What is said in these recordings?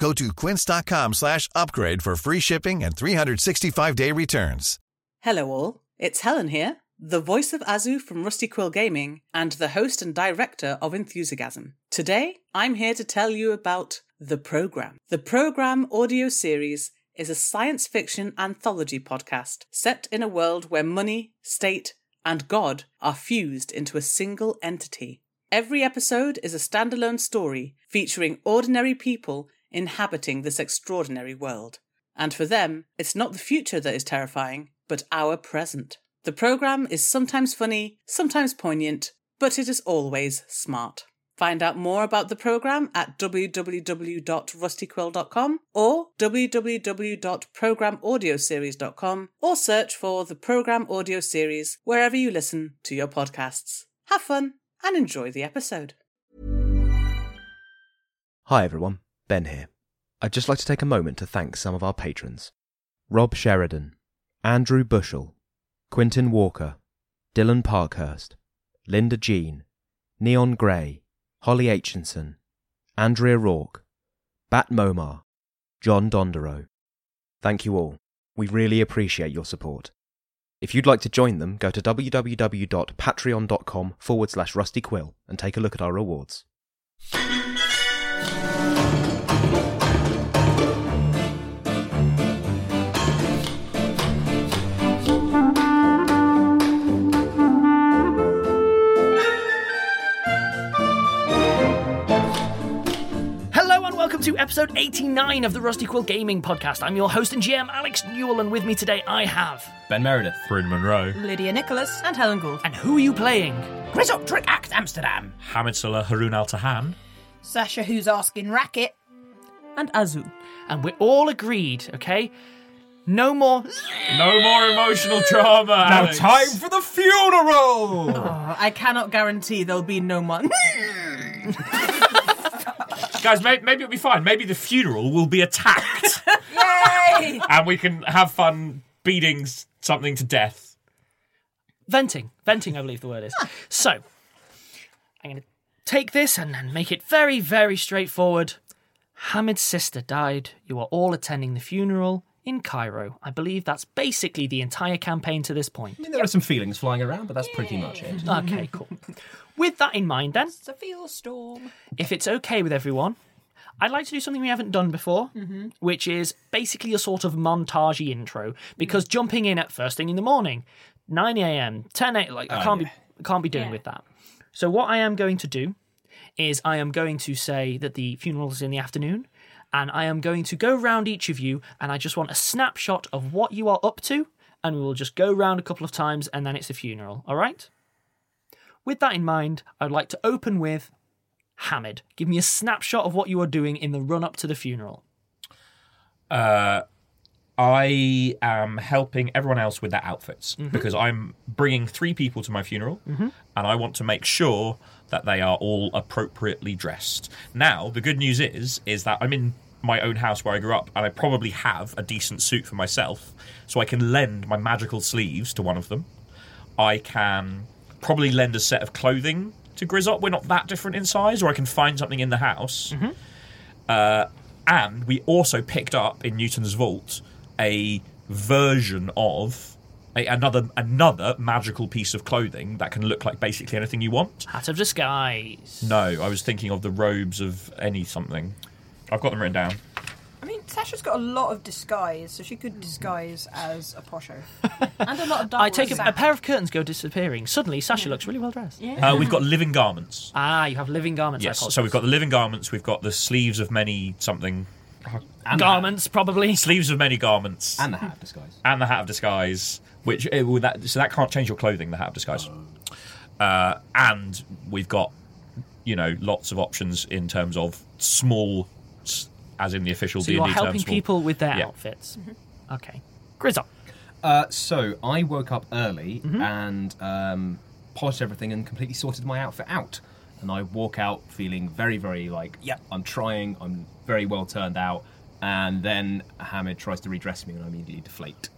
Go to quince.com slash upgrade for free shipping and 365-day returns. Hello, all. It's Helen here, the voice of Azu from Rusty Quill Gaming and the host and director of Enthusiasm. Today, I'm here to tell you about The Programme. The Programme audio series is a science fiction anthology podcast set in a world where money, state, and God are fused into a single entity. Every episode is a standalone story featuring ordinary people inhabiting this extraordinary world. And for them, it's not the future that is terrifying, but our present. The programme is sometimes funny, sometimes poignant, but it is always smart. Find out more about the programme at www.rustyquill.com or www.programaudioseries.com or search for the programme audio series wherever you listen to your podcasts. Have fun and enjoy the episode. Hi everyone, Ben here. I'd just like to take a moment to thank some of our patrons Rob Sheridan, Andrew Bushell, Quinton Walker, Dylan Parkhurst, Linda Jean, Neon Gray, Holly Aitchinson, Andrea Rourke, Bat Momar, John Dondero. Thank you all. We really appreciate your support. If you'd like to join them, go to www.patreon.com forward slash rustyquill and take a look at our rewards. Hello and welcome to episode 89 of the Rusty Quill Gaming Podcast. I'm your host and GM, Alex Newell, and with me today I have. Ben Meredith. Bryn Monroe. Lydia Nicholas and Helen Gould. And who are you playing? Grisoptric Act Amsterdam. Hamid Salah Harun Al Tahan. Sasha Who's Asking Racket. And Azu. And we're all agreed, okay? No more. No more emotional drama. Alex. Now time for the funeral! Oh, I cannot guarantee there'll be no month. Guys, may- maybe it'll be fine. Maybe the funeral will be attacked Yay! and we can have fun beating s- something to death. Venting. Venting, I believe the word is. So, I'm going to take this and, and make it very, very straightforward. Hamid's sister died. You are all attending the funeral in Cairo. I believe that's basically the entire campaign to this point. I mean, there are some feelings flying around, but that's pretty much it. Okay, cool. With that in mind, then, It's a feel storm. if it's okay with everyone, I'd like to do something we haven't done before, Mhm. which is basically a sort of montage intro. Because jumping in at first thing in the morning, nine a.m., ten a.m., like I Oh, can't be can't be doing with that. So what I am going to do is I am going to say that the funeral is in the afternoon, and I am going to go round each of you, and I just want a snapshot of what you are up to, and we will just go round a couple of times, and then it's the funeral. All right. With that in mind, I'd like to open with Hamid. Give me a snapshot of what you are doing in the run up to the funeral. Uh, I am helping everyone else with their outfits Mhm. because I'm bringing three people to my funeral, Mhm. and I want to make sure that they are all appropriately dressed. Now, the good news is, is that I'm in my own house where I grew up, and I probably have a decent suit for myself, so I can lend my magical sleeves to one of them. I can probably lend a set of clothing to Grizzot. We're not that different in size, or I can find something in the house. Uh, and we also picked up in Newton's vault a version of a, another another magical piece of clothing that can look like basically anything you want. Hat of disguise. No, I was thinking of the robes of any something. I've got them written down. I mean, Tasha's got a lot of disguise, so she could disguise as a posho. and a lot of dark Mm-hmm. I take a, a pair of curtains go disappearing. Suddenly, Sasha looks really well dressed. Uh, we've got living garments. Ah, you have living garments. I Yes, so apologize. we've got the living garments. We've got the sleeves of many something. Garments, probably. Sleeves of many garments. And the hat of disguise. and the hat of disguise, which eh, well, that, so that can't change your clothing. The hat of disguise, uh, and we've got you know lots of options in terms of small, s- as in the official. So D&D you are term, helping small. people with their Yeah. outfits. Okay. Grizzle. Uh, so I woke up early Mm-hmm. and um, polished everything and completely sorted my outfit out. And I walk out feeling very, very like, yep, I'm trying. I'm very well turned out. And then Hamid tries to redress me, and I immediately deflate.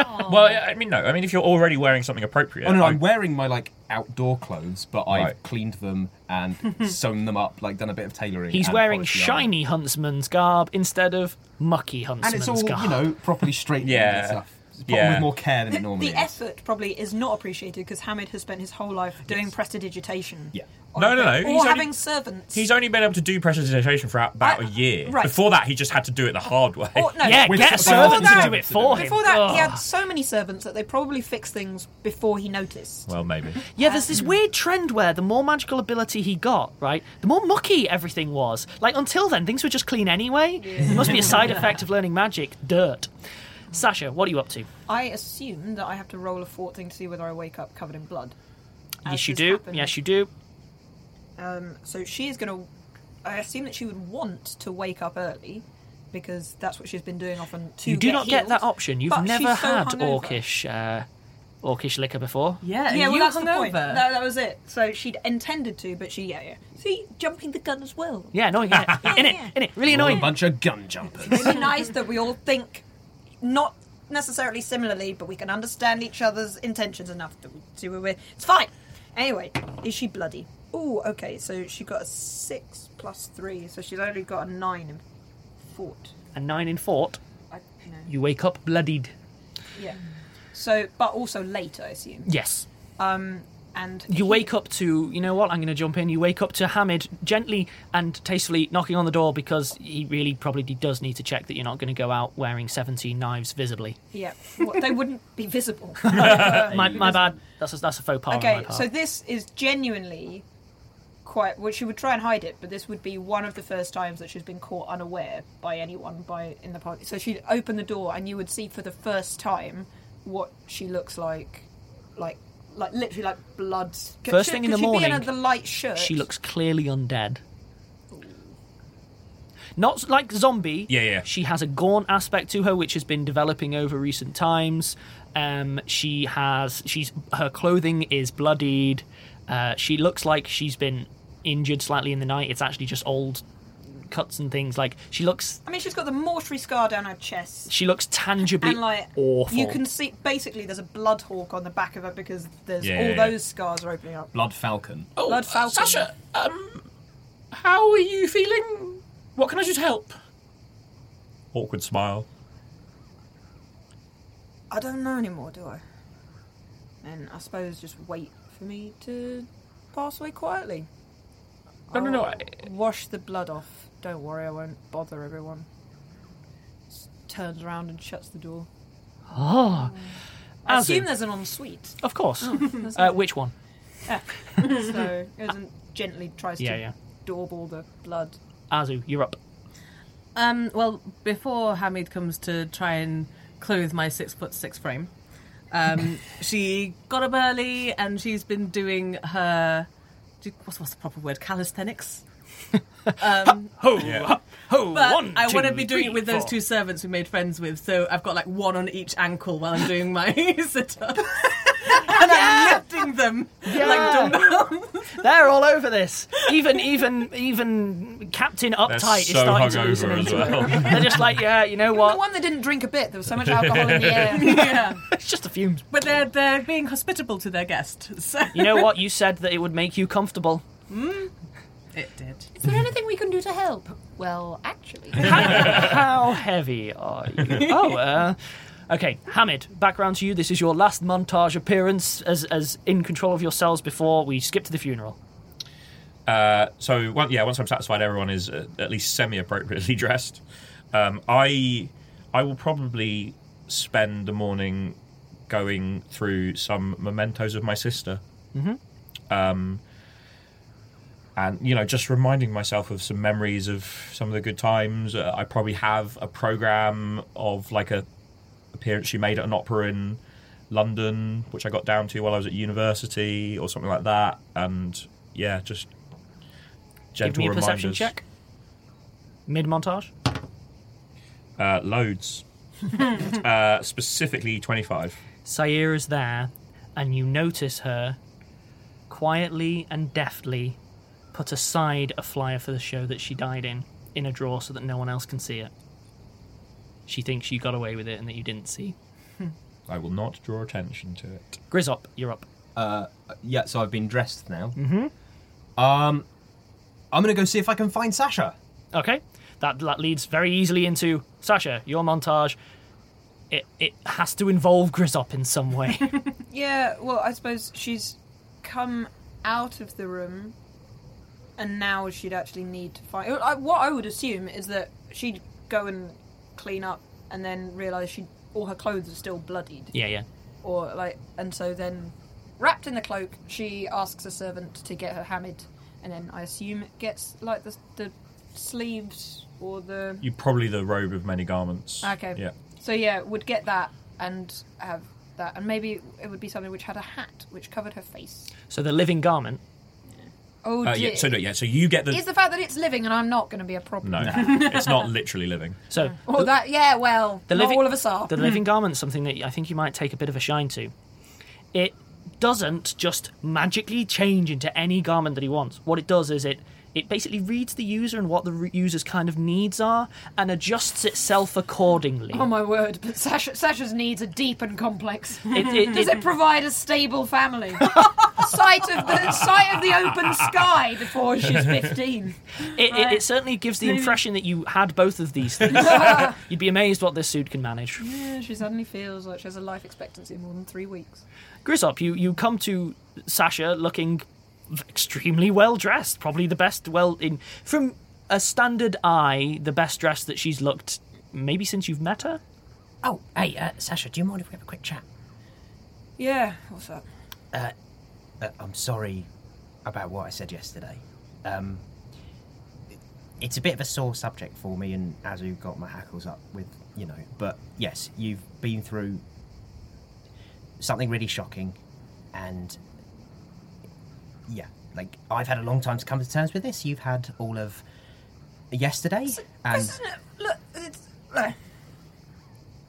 Oh. Well, I mean, no. I mean, if you're already wearing something appropriate, oh no, I- I'm wearing my like outdoor clothes, but Right. I've cleaned them and sewn them up, like done a bit of tailoring. He's and wearing polished the armour. shiny huntsman's garb instead of mucky and huntsman's it's all garb. you know properly straightened Yeah. and stuff. It's put Yeah. with more care than The, it normally the is. effort probably is not appreciated because Hamid has spent his whole life doing prestidigitation. Yeah. No, no, no. Or He's having only, servants. he's only been able to do precipitation for about a year. right. Before that, he just had to do it the hard way. Or, no, Before that- Before that, he had so many servants that they probably fixed things before he noticed. Well, maybe. Yeah, there's this weird trend where the more magical ability he got, right, the more mucky everything was. Like until then, things were just clean anyway. It must be a side effect of learning magic, dirt. Sasha, what are you up to? I assume that I have to roll a fort thing to see whether I wake up covered in blood. yes, As you this do. happened. Yes, you do. Um, so she is going to. I assume that she would want to wake up early because that's what she's been doing often. To you do not get healed. that option. You've But she's never so had hungover. orcish, uh, orcish liquor before. yeah. Well, that's the point. No, that was it. So she'd intended to, but she, yeah, yeah. See, jumping the gun as well. Yeah, annoying. innit? in it, in it, really We're all annoying. A bunch of gun jumpers. It's really nice that we all think not necessarily similarly, but we can understand each other's intentions enough to see where we're. It's fine. Anyway, is she bloody? Oh, okay. So she got a six plus three, so she's only got a nine in fort. And nine in fort, I, you know, you wake up bloodied. yeah. So, but also late, I assume. Yes. Um, and You wake up to, you know what, I'm going to jump in. You wake up to Hamid gently and tastefully knocking on the door because he really probably does need to check that you're not going to go out wearing 17 knives visibly. yeah, well, they wouldn't be visible. my, my bad. That's a, that's a faux pas. on my Okay, part. so this is genuinely quite. Well, she would try and hide it, but this would be one of the first times that she's been caught unaware by anyone by in the party. So she'd open the door, and you would see for the first time what she looks like, like like literally like blood. First thing in the she'd morning, be in a, the light shirt. she looks clearly undead. Not like zombie. Yeah, yeah. She has a gaunt aspect to her, which has been developing over recent times. Um, she has she's her clothing is bloodied. Uh, she looks like she's been injured slightly in the night. It's actually just old cuts and things. Like she looks, I mean, she's got the mortuary scar down her chest. she looks tangibly and like awful. you can see basically there's a blood hawk on the back of her because there's Yeah, all yeah, yeah. those scars are opening up. Blood Falcon. blood falcon. Oh, uh, Sasha, um, how are you feeling? What can I do to help? Awkward smile. I don't know anymore, do I? And I suppose just wait for me to pass away quietly. No, no, no, I'll Wash the blood off. Don't worry, I won't bother everyone. S- Turns around and shuts the door. Ah. I As in- assume there's an ensuite. of course. Oh, that's uh, good. which one? Ah, so goes and gently tries Yeah, to yeah. daub all the blood. Azu, you're up. Um, well, before Hamid comes to try and clothe my six foot six frame, um, she got up early and she's been doing her. do- What's, what's the proper word? Calisthenics? um, ho, ho, but one, I want to two, be doing three, it with those four. two servants we made friends with, so I've got like one on each ankle while I'm doing my sit ups. and I'm lifting them like Ah! They're all over this. Even even even Captain They're Uptight so is starting to hungover loosen as into well. it. They're just like, yeah, you know what? The one that didn't drink a bit, there was so much alcohol in the air. yeah. It's just the fumes. But they're they're being hospitable to their guest. So You know what? You said that it would make you comfortable. Mm, it did. Is there anything we can do to help? Well, actually. How heavy are you? Oh, uh, okay. Hamid, back round to you. This is your last montage appearance as as in control of yourselves before we skip to the funeral. Uh, so one, yeah, once I'm satisfied, everyone is uh, at least semi-appropriately dressed. Um, I I will probably spend the morning going through some mementos of my sister, Mm-hmm. um, and you know, just reminding myself of some memories of some of the good times. Uh, I probably have a program of like a appearance she made at an opera in London, which I got down to while I was at university or something like that. And yeah, just gentle Give me a reminders. perception check. Mid montage. Uh, loads. uh, specifically 25. Sair is there, and you notice her quietly and deftly put aside a flyer for the show that she died in in a drawer so that no one else can see it. She thinks you got away with it and that you didn't see. I will not draw attention to it. Grizzop, you're up. Uh, yeah, so I've been dressed now. Mhm. Um, I'm going to go see if I can find Sasha. Okay, that that leads very easily into Sasha. Your montage. It it has to involve Grizzop in some way. Yeah, well, I suppose she's come out of the room, and now she'd actually need to find. I- What I would assume is that she'd go and clean up, and then realise she all her clothes are still bloodied, yeah, yeah. or like, and so then, wrapped in the cloak, she asks a servant to get her hamid, and then I assume it gets like the the sleeves or the You probably the robe of many garments. Okay. Yeah. So yeah, would get that and have that, and maybe it would be something which had a hat which covered her face. So the living garment. Oh Uh, dear. yeah, so no, yeah, so you get the Is the fact that it's living and I'm not going to be a problem? No, it's not literally living. So Or that, yeah, well, The not living- all of us are. Hmm. The living garment's something that I think you might take a bit of a shine to. It doesn't just magically change into any garment that he wants. What it does is it it basically reads the user and what the re- user's kind of needs are and adjusts itself accordingly. Oh my word! But Sasha, Sasha's needs are deep and complex. It- it- Does it- it, provide a stable family? sight of the sight of the open sky before she's fifteen. It, it, it certainly gives the Maybe- impression that you had both of these things. You'd be amazed what this suit can manage. Yeah, she suddenly feels like she has a life expectancy of more than three weeks. Grizzop, you, you come to Sasha looking extremely well dressed, probably the best well in from a standard eye, the best dressed that she's looked maybe since you've met her. Oh, hey, uh, Sasha, do you mind if we have a quick chat? Yeah, what's up? Uh, uh, I'm sorry about what I said yesterday. Um, it- it's a bit of a sore subject for me, and Azu got my hackles up with, you know. But yes, you've been through something really shocking, and yeah, like I've had a long time to come to terms with this. You've had all of yesterday, and Isn't it- Look, it's. like,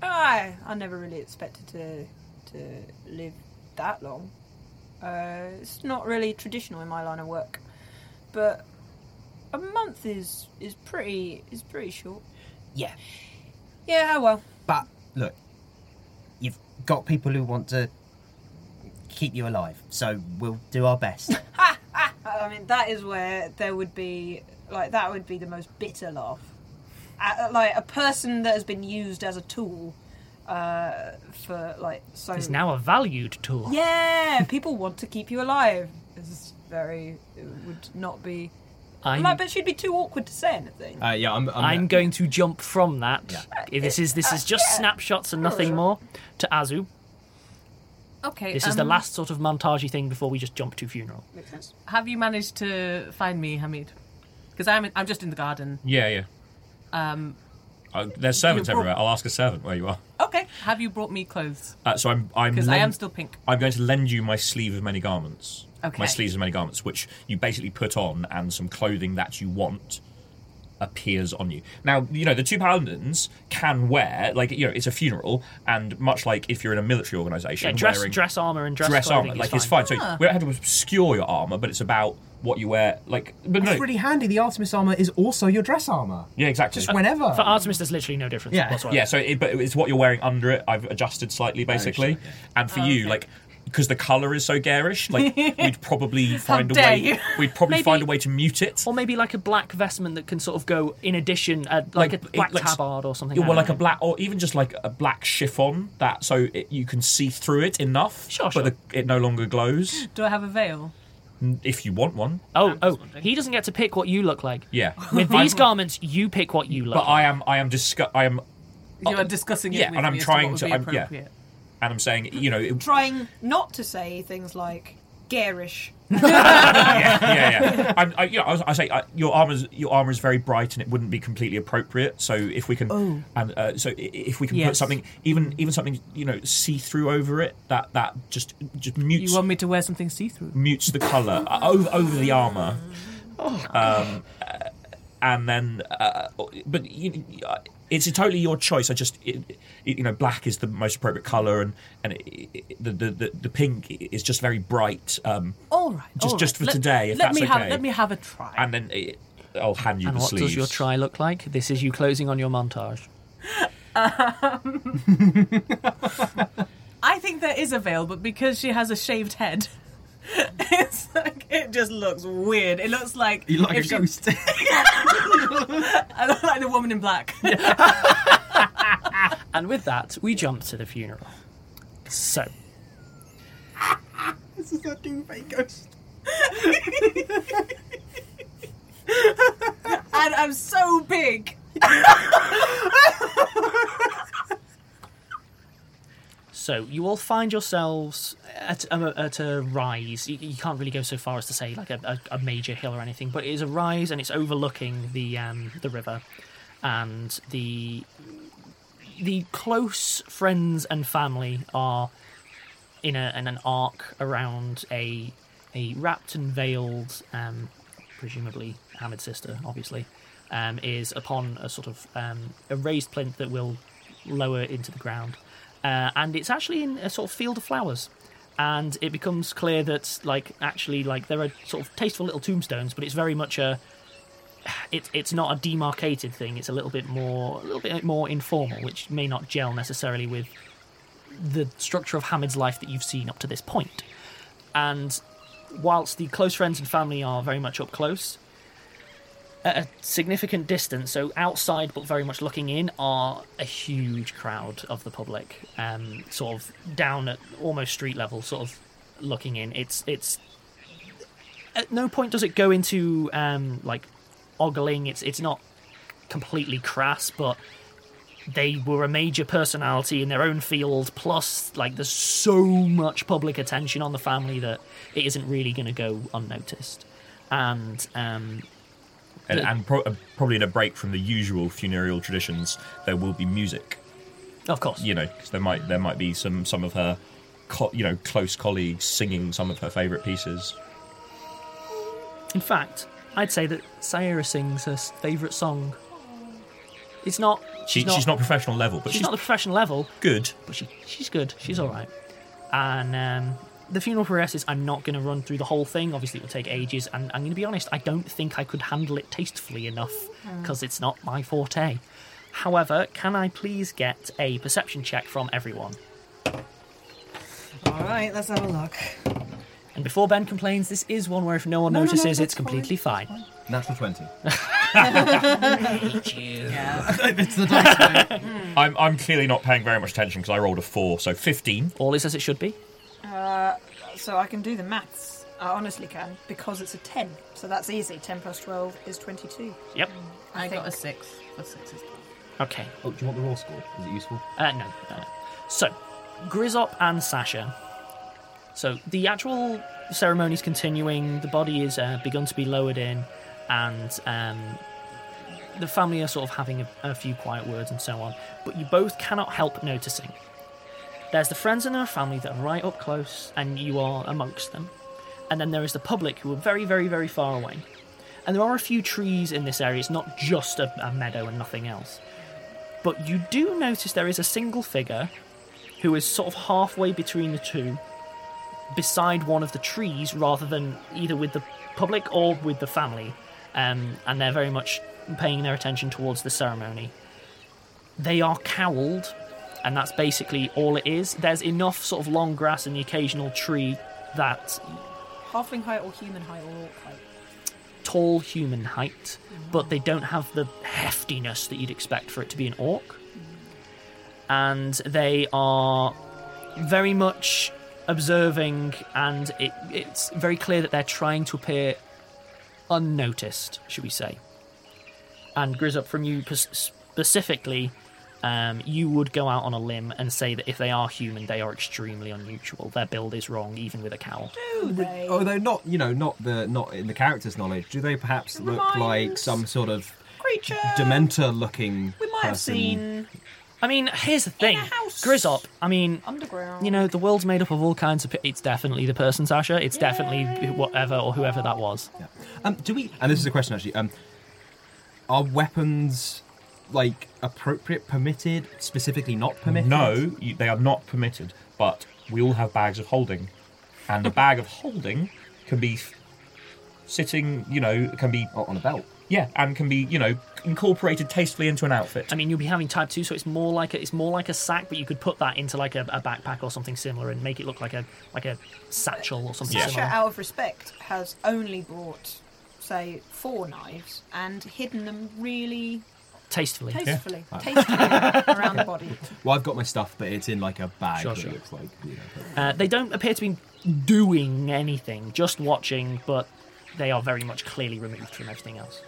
I I never really expected to to live that long. Uh, it's not really traditional in my line of work, but a month is is pretty is pretty short. Yeah. Yeah. oh Well. But look, you've got people who want to keep you alive, so we'll do our best. I mean, that is where there would be like that would be the most bitter laugh, Uh, like a person that has been used as a tool uh, for like so. It's now a valued tool. Yeah, people want to keep you alive. It's very. It would not be. I'm- Like, but she'd be too awkward to say anything. Uh, yeah, I'm. I'm, going to jump from that. If This is this is just Uh, yeah. snapshots and nothing more to Azu. Okay. This is the um, last sort of montagey thing before we just jump to funeral. Have you managed to find me, Hamid? Because I'm I'm just in the garden. Yeah, yeah. Um, Uh, there's servants You're- everywhere. I'll ask a servant where you are. okay. Have you brought me clothes? Uh, so I'm. I'm. Because I lend- am still pink. I'm going to lend you my sleeve of many garments. Okay. My sleeves of many garments, which you basically put on, and some clothing that you want appears on you. Now, you know the two paladins can wear like you know it's a funeral, and much like if you're in a military organisation, Yeah, dress wearing dress armor and dress, dress clothing armor is like it's fine. Ah. So we don't have to obscure your armor, but it's about what you wear. Like, but no, It's really handy. The Artemis armor is also your dress armor. yeah, exactly. Just whenever. For Artemis, there's literally no difference Yeah, whatsoever. yeah. So, it, but it's what you're wearing under it. I've adjusted Oh, slightly, basically. And Oh, for you, like, because the color is so garish, like we'd probably find a dare way. you. We'd probably Maybe- find a way to mute it. Or maybe like a black vestment that can sort of go in addition, uh, like, a black tabard or something. Yeah, I well, don't like know. a black, or even just like a black chiffon that, so it, you can see through it enough, sure, but The, it no longer glows. Do I have a veil? N- If you want one, Oh, oh, he doesn't get to pick what you look like. yeah. With these garments, you pick what you look But I am, I am discu- I am, uh, You are discussing it. yeah, with and me I'm as trying to. to, What would I'm, be yeah, appropriate. and I'm saying, you know, it, Trying not to say things like garish. yeah, yeah. I'm, I, you know, I, was, I say uh, your armor's your armor is very bright, and it wouldn't be completely appropriate. So if we can, Oh. and uh, so i- i- if we can put Yes. something, even even something, you know, see through over it, that that just just mutes You want me to wear something see-through? mutes the color uh, over over the armor. Oh. Um, uh, and then, uh, but you, uh, it's totally your choice. I just, it, it, you know, black is the most appropriate color, and and it, it, the, the the the pink is just very bright. Um, All right. just all just right. for Let- today, if let that's me okay. Have, let me have a try. And then it, I'll hand you And the what sleeves. does your try look like? This is you closing on your montage. I think there is a veil, but because she has a shaved head, it's like it just looks weird. It looks like You look like if a she- ghost. I look like the woman in black. And with that, we jump to the funeral. So, this is a duvet ghost. and I'm so big. so you all find yourselves at, um, at a rise. You, you can't really go so far as to say like a, a, a major hill or anything, but it is a rise and it's overlooking the um, the river, and the the close friends and family are in, a, in an arc around a a wrapped and veiled, um, presumably Hamid sister, obviously, um, is upon a sort of um, a raised plinth that will lower into the ground, uh, and it's actually in a sort of field of flowers. And it becomes clear that, like, actually, like there are sort of tasteful little tombstones, but it's very much a it, it's not a demarcated thing. It's a little bit more, a little bit more informal, which may not gel necessarily with the structure of Hamid's life that you've seen up to this point. And whilst the close friends and family are very much up close, at a significant distance, so outside but very much looking in, are a huge crowd of the public, um, sort of down at almost street level, sort of looking in. It's it's at no point does it go into um, like ogling. It's it's not completely crass, but they were a major personality in their own field. Plus, like there's so much public attention on the family that it isn't really going to go unnoticed. And um, and, the- and pro- uh, probably in a break from the usual funereal traditions, there will be music. Of course, you know, 'cause there might there might be some some of her, co- you know, close colleagues singing some of her favourite pieces. in fact, I'd say that Sayra sings her favourite song. It's not. She, she's not professional level, but she's she's, not the professional level, good. But she she's good. She's all right. And um, the funeral progresses. I'm not going to run through the whole thing. Obviously, it will take ages, and I'm going to be honest. I don't think I could handle it tastefully enough Mm. because it's not my forte. However, can I please get a perception check from everyone? All right, let's have a look. And before Ben complains, this is one where if no one No, no, no, notices, that's it's completely fine. Natural 20. it's the dice. I'm, I'm clearly not paying very much attention because I rolled a four, so 15. All is as it should be. Uh, so I can do the maths. I honestly can because it's a ten. So that's easy. Ten plus twelve is twenty-two. Mm, Yep. I, got a six. Plus six is Okay. Oh, do you want the raw score? Is it useful? Uh, no, no, no. So, Grizzop and Sasha. So, the actual ceremony's continuing, the body is uh, begun to be lowered in, and um, the family are sort of having a, a few quiet words and so on. But you both cannot help noticing. There's the friends and their family that are right up close, and you are amongst them. And then there is the public who are very, very, very far away. And there are a few trees in this area, it's not just a, a meadow and nothing else but you do notice there is a single figure who is sort of halfway between the two beside one of the trees rather than either with the public or with the family um, and they're very much paying their attention towards the ceremony they are cowled and that's basically all it is there's enough sort of long grass and the occasional tree that Halfling height or human height or orc height. tall human height, but they don't have the heftiness that you'd expect for it to be an orc. And they are very much observing, and it, it's very clear that they're trying to appear unnoticed, should we say. And Grizup, from you pers- specifically, um, you would go out on a limb and say that if they are human, they are extremely unusual. Their build is wrong, even with a cowl. Although not, you know, not the not in the character's knowledge. Do they perhaps look Remind- like some sort of Creature! Dementor-looking? We might have person? seen- Mm. I mean, here's the thing, Grizzop. I mean, underground. You know, the world's made up of all kinds of. pe- It's definitely the person, Sasha. It's definitely wh- whatever or whoever that was. Um, do we? And this is a question actually. Um, are weapons like appropriate, permitted, specifically not permitted? No, you, they are not permitted, but we all have bags of holding. And a bag of holding can be f- sitting, you know, can be. on a belt. Yeah, and can be, you know, incorporated tastefully into an outfit. I mean, you'll be having type two, so it's more like a, it's more like a sack, but you could put that into like a, a backpack or something similar and make it look like a like a satchel or something Sasha, similar. out of respect, has only brought, say, four knives and hidden them really Tastefully. tastefully, tastefully around the body. Well, I've got my stuff, but it's in like a bag Sure, that sure. looks like. You know, Uh, they don't appear to be doing anything, just watching, but they are very much clearly removed from everything else.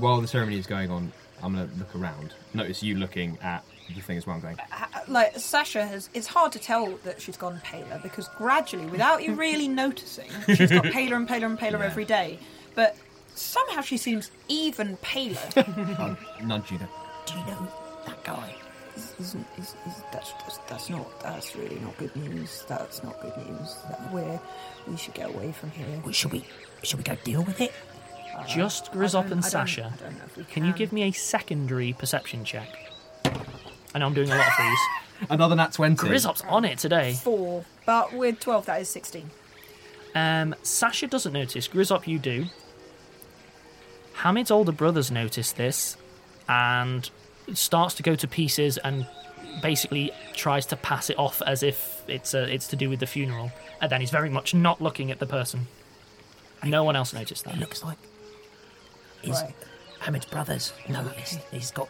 while the ceremony is going on, I'm gonna look around. Notice you looking at the thing as well. I'm going. Ha- Uh, Like Sasha has, it's hard to tell that she's gone paler because gradually, without you really noticing, she's got paler and paler and paler every day. But somehow she seems even paler. I'm nudging her. Do you know that guy? Is, is, is, is, that's, that's, that's not. That's really not good news. That's not good news. That we're, we should get away from here. Should we? Should we go deal with it? Uh, Just I Grizzop don't- and I don't- Sasha. I don't know if we can. you give me a secondary perception check? I know I'm doing a lot of these. Another nat 20. Grizzop's on it today. Four, but with twelve, that is sixteen. Um, Sasha doesn't notice. Grizzop, you do. Hamid's older brothers notice this and starts to go to pieces and basically tries to pass it off as if it's a, it's to do with the funeral. And then he's very much not looking at the person. No one else noticed that. looks like Is Hamid's brothers noticed? He's got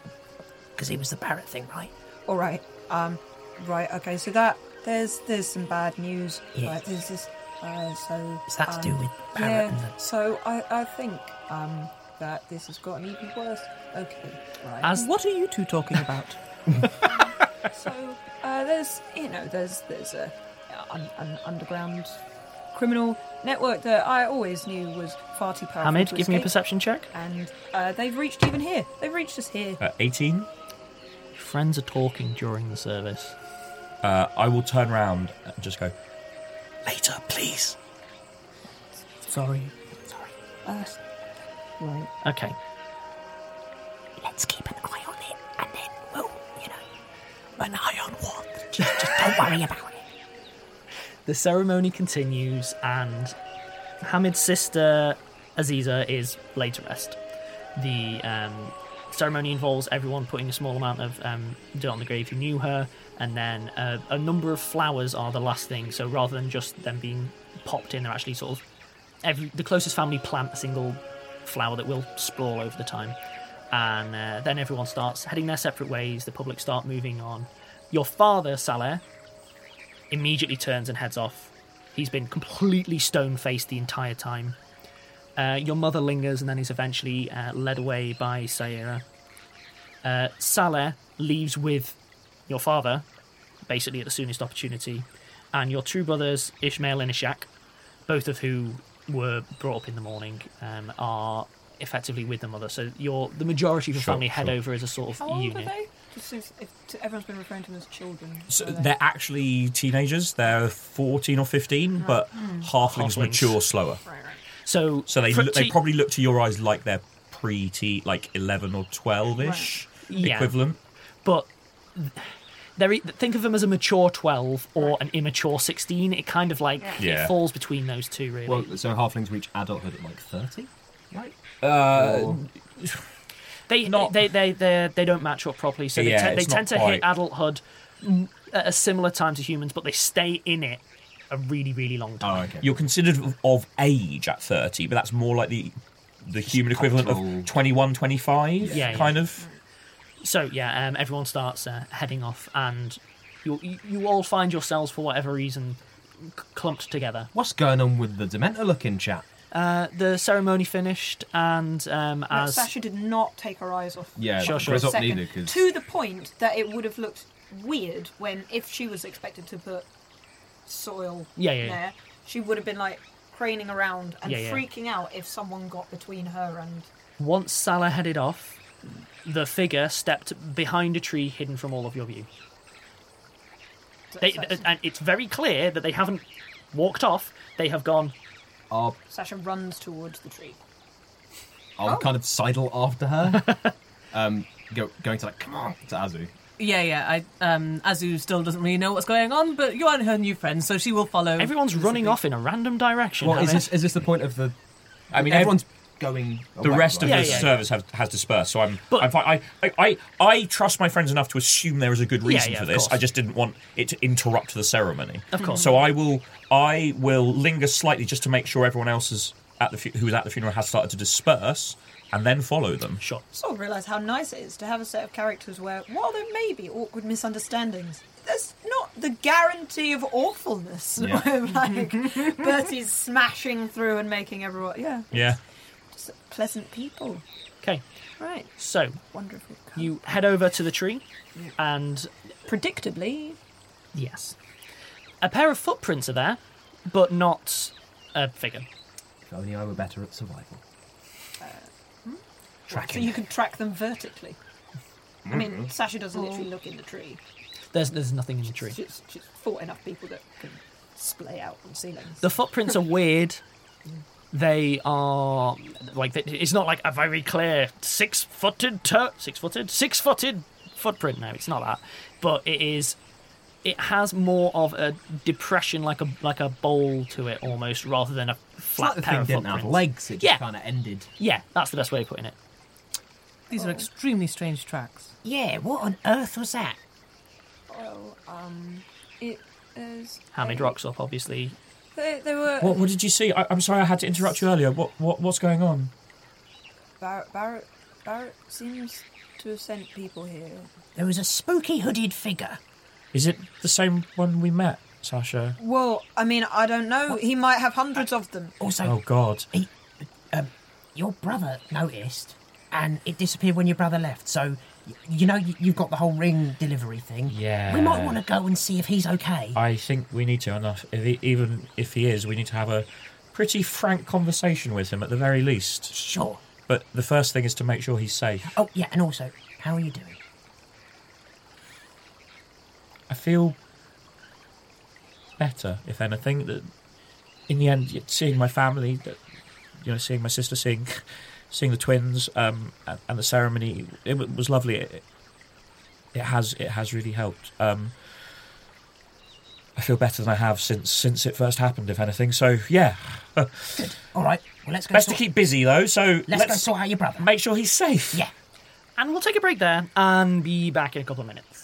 because he was the parrot thing, right? All right. Um. Right. Okay. So that there's there's some bad news. Yeah. Right. There's this. Uh, so. um, Is that to do with Barrett Yeah. and the- So I I think um that this has gotten even worse. Okay. Right. what are you two talking about? so uh, there's you know there's there's a an, an underground criminal network that I always knew was far too powerful. Hamid, to give me a escape, perception check. And uh, they've reached even here. They've reached us here. Uh, 18. Friends are talking during the service. Uh, I will turn round and just go, Later, please. Sorry. Uh, right. Okay. Let's keep an eye on it, and then we'll, you know, an eye on what? Just, just don't worry about it. The ceremony continues, and Hamid's sister Aziza is laid to rest. The um, ceremony involves everyone putting a small amount of um, dirt on the grave who knew her, and then uh, a number of flowers are the last thing. So rather than just them being popped in, they're actually sort of every the closest family plant a single flower that will sprawl over the time, and uh, then everyone starts heading their separate ways. The public start moving on. Your father, Saleh, immediately turns and heads off. He's been completely stone faced the entire time. Uh, your mother lingers and then is eventually uh, led away by Saira. Uh, Saleh leaves with your father, basically at the soonest opportunity, and your two brothers, Ishmael and Ishak, both of who were brought up in the morning, um, are effectively with the mother. So your the majority of your Sure, family head sure. over as a sort of How old unit. are they? Just since if, to- everyone's been referring to them as children. So are they? they're actually teenagers. They're fourteen or fifteen, but Mm. halflings, Ah. Hmm. Halflings. mature slower. So, so they for look- they te- probably look to your eyes like they're pre-teen, like eleven or twelve ish Yeah. equivalent. but they're, e- think of them as a mature 12 or an immature 16 it kind of like Yeah. it falls between those two really Well, so halflings reach adulthood at like thirty, right? Uh, they, they they they they don't match up properly so they, Yeah, te- they it's not tend to hit quite- adulthood mm, at a similar time to humans but they stay in it a really really Oh, long time You're considered of- of age at 30, but that's more like the the human equivalent cultural- of 21, 25, Yeah, kind yeah. of. so yeah um, everyone starts uh, heading off and you, you you all find yourselves for whatever reason c- clumped together What's going on with the Dementor-looking chap? uh, the ceremony finished and um, No, as Sasha did not take her eyes off. Yeah, Sure, sure. Grisop Second, neither, 'cause- to the point that it would have looked weird when, if she was expected to put soil Yeah, yeah, yeah. there, she would have been like craning around and Yeah, yeah. freaking out if someone got between her and. Once Salah headed off, the figure stepped behind a tree hidden from all of your view. They, th- and it's very clear that they haven't walked off, they have gone. I'll, Sasha runs towards the tree. Oh. I'll kind of sidle after her, um, go, going to like come on to Azu. Yeah, yeah. I um, Azu still doesn't really know what's going on, but you aren't her new friend, so she will follow. Everyone's running off in a random direction. Well, is haven't this is this the point of the? I mean, everyone's going. The away, rest of right? the service have, has dispersed, so I'm, I'm fine. I, I, I, I trust my friends enough to assume there is a good Yeah, reason yeah, for of this. I course. just didn't want it to interrupt the ceremony. Of course. So I will, I will linger slightly just to make sure everyone else is at the fu- who was at the funeral has started to disperse, and then follow them. Sure. Sort of realise how nice it is to have a set of characters where, while there may be awkward misunderstandings, there's not the guarantee of awfulness. Yeah. like Bertie's smashing through and making everyone. Yeah, Yeah. just pleasant people. Okay. Right. So, Wonderful. you head over to the tree, and. Predictably. Yes. A pair of footprints are there, but not a figure. If only I were better at survival. So Tracking. you can track them vertically. I mean, Mhm. Sasha doesn't Oh. literally look in the tree. There's, there's nothing in the tree. She's, she's fought enough people that can splay out on ceilings. The footprints are weird. They are like th- it's not like a very clear six-footed, tur six-footed, six-footed footprint. No, it's not that, but it is. It has more of a depression, like a like a bowl to it, almost, rather than a It's not flat the pair thing of didn't have footprints. legs. It just Yeah. kind of ended. Yeah, that's the best way of putting it. These are extremely strange tracks. Oh. Yeah, what on earth was that? Well, um, it is. Hamid rocks up, obviously. They, they were. What, what did you see? I, I'm sorry, I had to interrupt you earlier. What, what, what's going on? Barrett, Barrett, Barrett seems to have sent people here. There was a spooky hooded figure. Is it the same one we met, Sasha? Well, I mean, I don't know. He might have hundreds of them. Uh, Also, Oh God! your brother noticed, and it disappeared when your brother left. So, y- you know, you- you've got the whole ring delivery thing. Yeah. We might want to go and see if he's okay. I think we need to, and if he, even if he is, we need to have a pretty frank conversation with him at the very least. Sure. But the first thing is to make sure he's safe. Oh, yeah, and also, how are you doing? I feel better, if anything. That in the end, y- seeing my family, that you know, seeing my sister, seeing seeing the twins, um, and, and the ceremony, it w- was lovely. It, it has it has really helped. Um, I feel better than I have since since it first happened, if anything. So yeah, All right. Well, let's go. best to sort- keep busy though. So Let's go sort out your brother. Make sure he's safe. Yeah. And we'll take a break there and be back in a couple of minutes.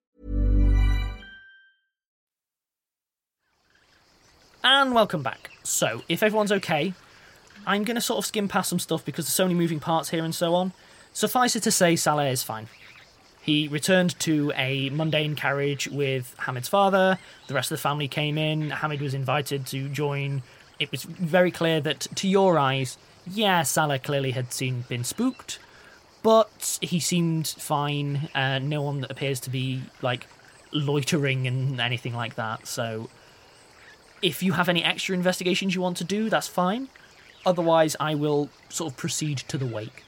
And welcome back. So, if everyone's okay, I'm going to sort of skim past some stuff because there's so many moving parts here and so on. Suffice it to say, Saleh is fine. He returned to a mundane carriage with Hamid's father. The rest of the family came in. Hamid was invited to join. It was very clear that, to your eyes, yeah, Salah clearly had seen been spooked, but he seemed fine. Uh, no one appears to be like loitering and anything like that. So, if you have any extra investigations you want to do, that's fine. Otherwise, I will sort of proceed to the wake.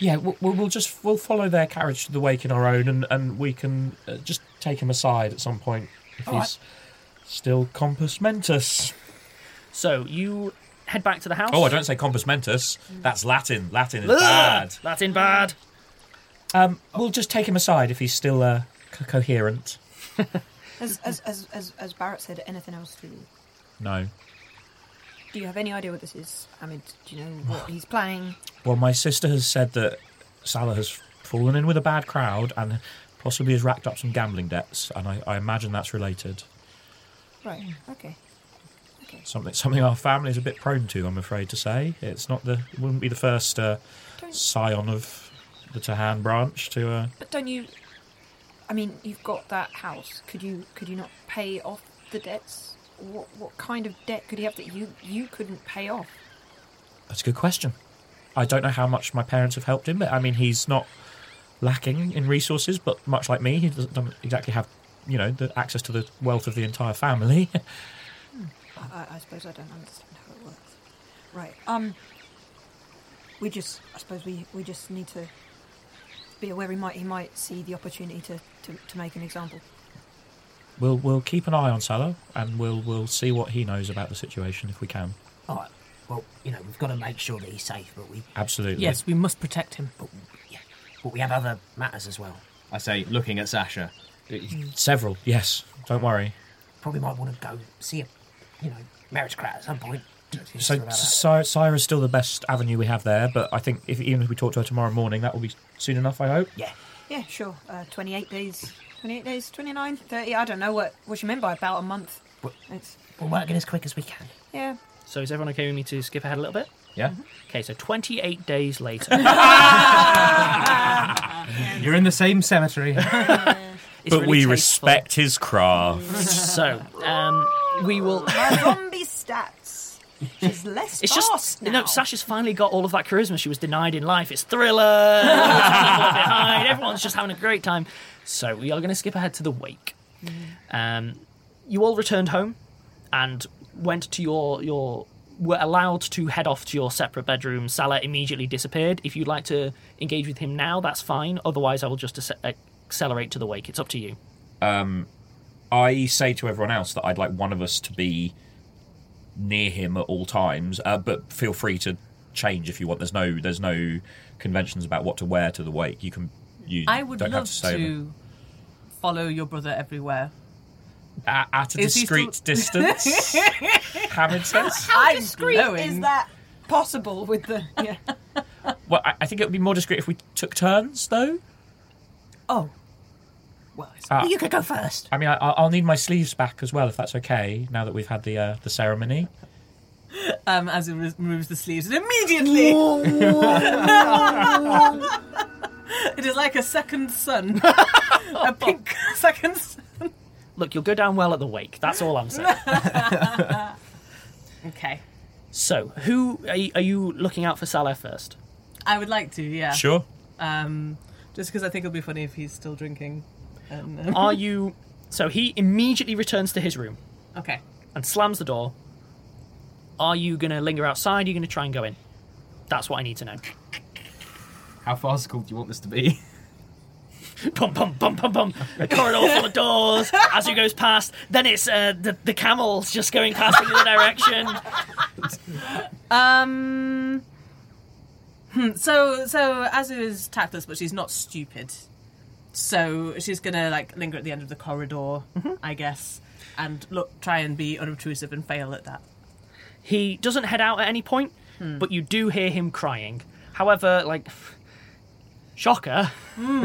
Yeah, we'll, we'll we'll just we'll follow their carriage to the wake in our own, and and we can uh, just take him aside at some point if All he's still compus mentis. So you head back to the house. Oh, I don't say compus mentis. That's Latin. Latin is Mm. Ugh, bad. Latin bad. Um, we'll just take him aside if he's still uh, co- coherent. As, as, as, as, as Barrett said, anything else to No. Do you have any idea what this is? I mean, do you know what he's planning? Well, my sister has said that Salah has fallen in with a bad crowd and possibly has racked up some gambling debts, and I, I imagine that's related. Right, Mm. okay. Something something our family is a bit prone to, I'm afraid to say. It's not the it wouldn't be the first uh, scion of the Tahan branch to. Uh, But don't you. I mean, you've got that house. Could you could you not pay off the debts? What what kind of debt could he have that you you couldn't pay off? that's a good question. I don't know how much my parents have helped him, but I mean he's not lacking in resources, but much like me, he doesn't, doesn't exactly have you know the access to the wealth of the entire family. Hmm. I, I, I suppose I don't understand how it works. Right. Um. We just, I suppose we we just need to be aware he might he might see the opportunity to to, to make an example. We'll we'll keep an eye on Salah, and we'll we'll see what he knows about the situation if we can. All right. Well, you know, we've got to make sure that he's safe, but we. Absolutely. Yes, we must protect him. But, yeah, but we have other matters as well. I say, looking at Sasha. Hmm. Several. Yes. Don't worry. Probably might want to go see a, you know, meritocrat at some point. So Cy- Syra is still the best avenue we have there, but I think if even if we talk to her tomorrow morning, that will be soon enough. I hope. Yeah. Yeah, sure. Uh, 28 days. 28 days, 29, 30. I don't know what, what you meant by about a month. It's, We're working as quick as we can. yeah. So is everyone okay with me to skip ahead a little bit? Mm-hmm. Yeah. Okay, so 28 days later. You're in the same cemetery. It's but really we tasteful. respect his craft. so, um, we will. My zombie stats. She's less It's just fast you now. know, Sasha's finally got all of that charisma she was denied in life. It's thriller, lots of people are behind, everyone's just having a great time. So we are going to skip ahead to the wake. Mm. Um, you all returned home and went to your your were allowed to head off to your separate bedroom. Salah immediately disappeared. If you'd like to engage with him now, that's fine. Otherwise, I will just ac- accelerate to the wake. It's up to you. Um, I say to everyone else that I'd like one of us to be near him at all times, uh, but feel free to change if you want. There's no there's no conventions about what to wear to the wake. You can you I would don't have love to to, stay. with- follow your brother everywhere. At, at a Is he discreet still- distance, Hammond says. How I'm discreet is glowing. that possible with the. Yeah. Well, I, I think it would be more discreet if we took turns, though. Oh. Well, Ah. you could go first. I mean, I, I'll I'll need my sleeves back as well if that's okay. Now that we've had the uh, the ceremony. Um, as he re- removes the sleeves, and immediately it is like a second sun, a pink second sun. Look, you'll go down well at the wake. That's all I'm saying. Okay, so, who are you, are you looking out for Salah first? I would like to, yeah. Sure. Um, just because I think it'll be funny if he's still drinking. And, um, Are you? So he immediately returns to his room okay? and slams the door. Are you going to linger outside? Are you going to try and go in? That's what I need to know. How farcical do you want this to be? Pum pum pum pum pum. A corridor full of doors. As he goes past, then it's uh, the the camels just going past in the other direction. Um. hmm, So so Azu is tactless, but she's not stupid. So she's gonna like linger at the end of the corridor, I guess, and look, try and be unobtrusive and fail at that. He doesn't head out at any point, Hmm. but you do hear him crying. However, like shocker. Hmm.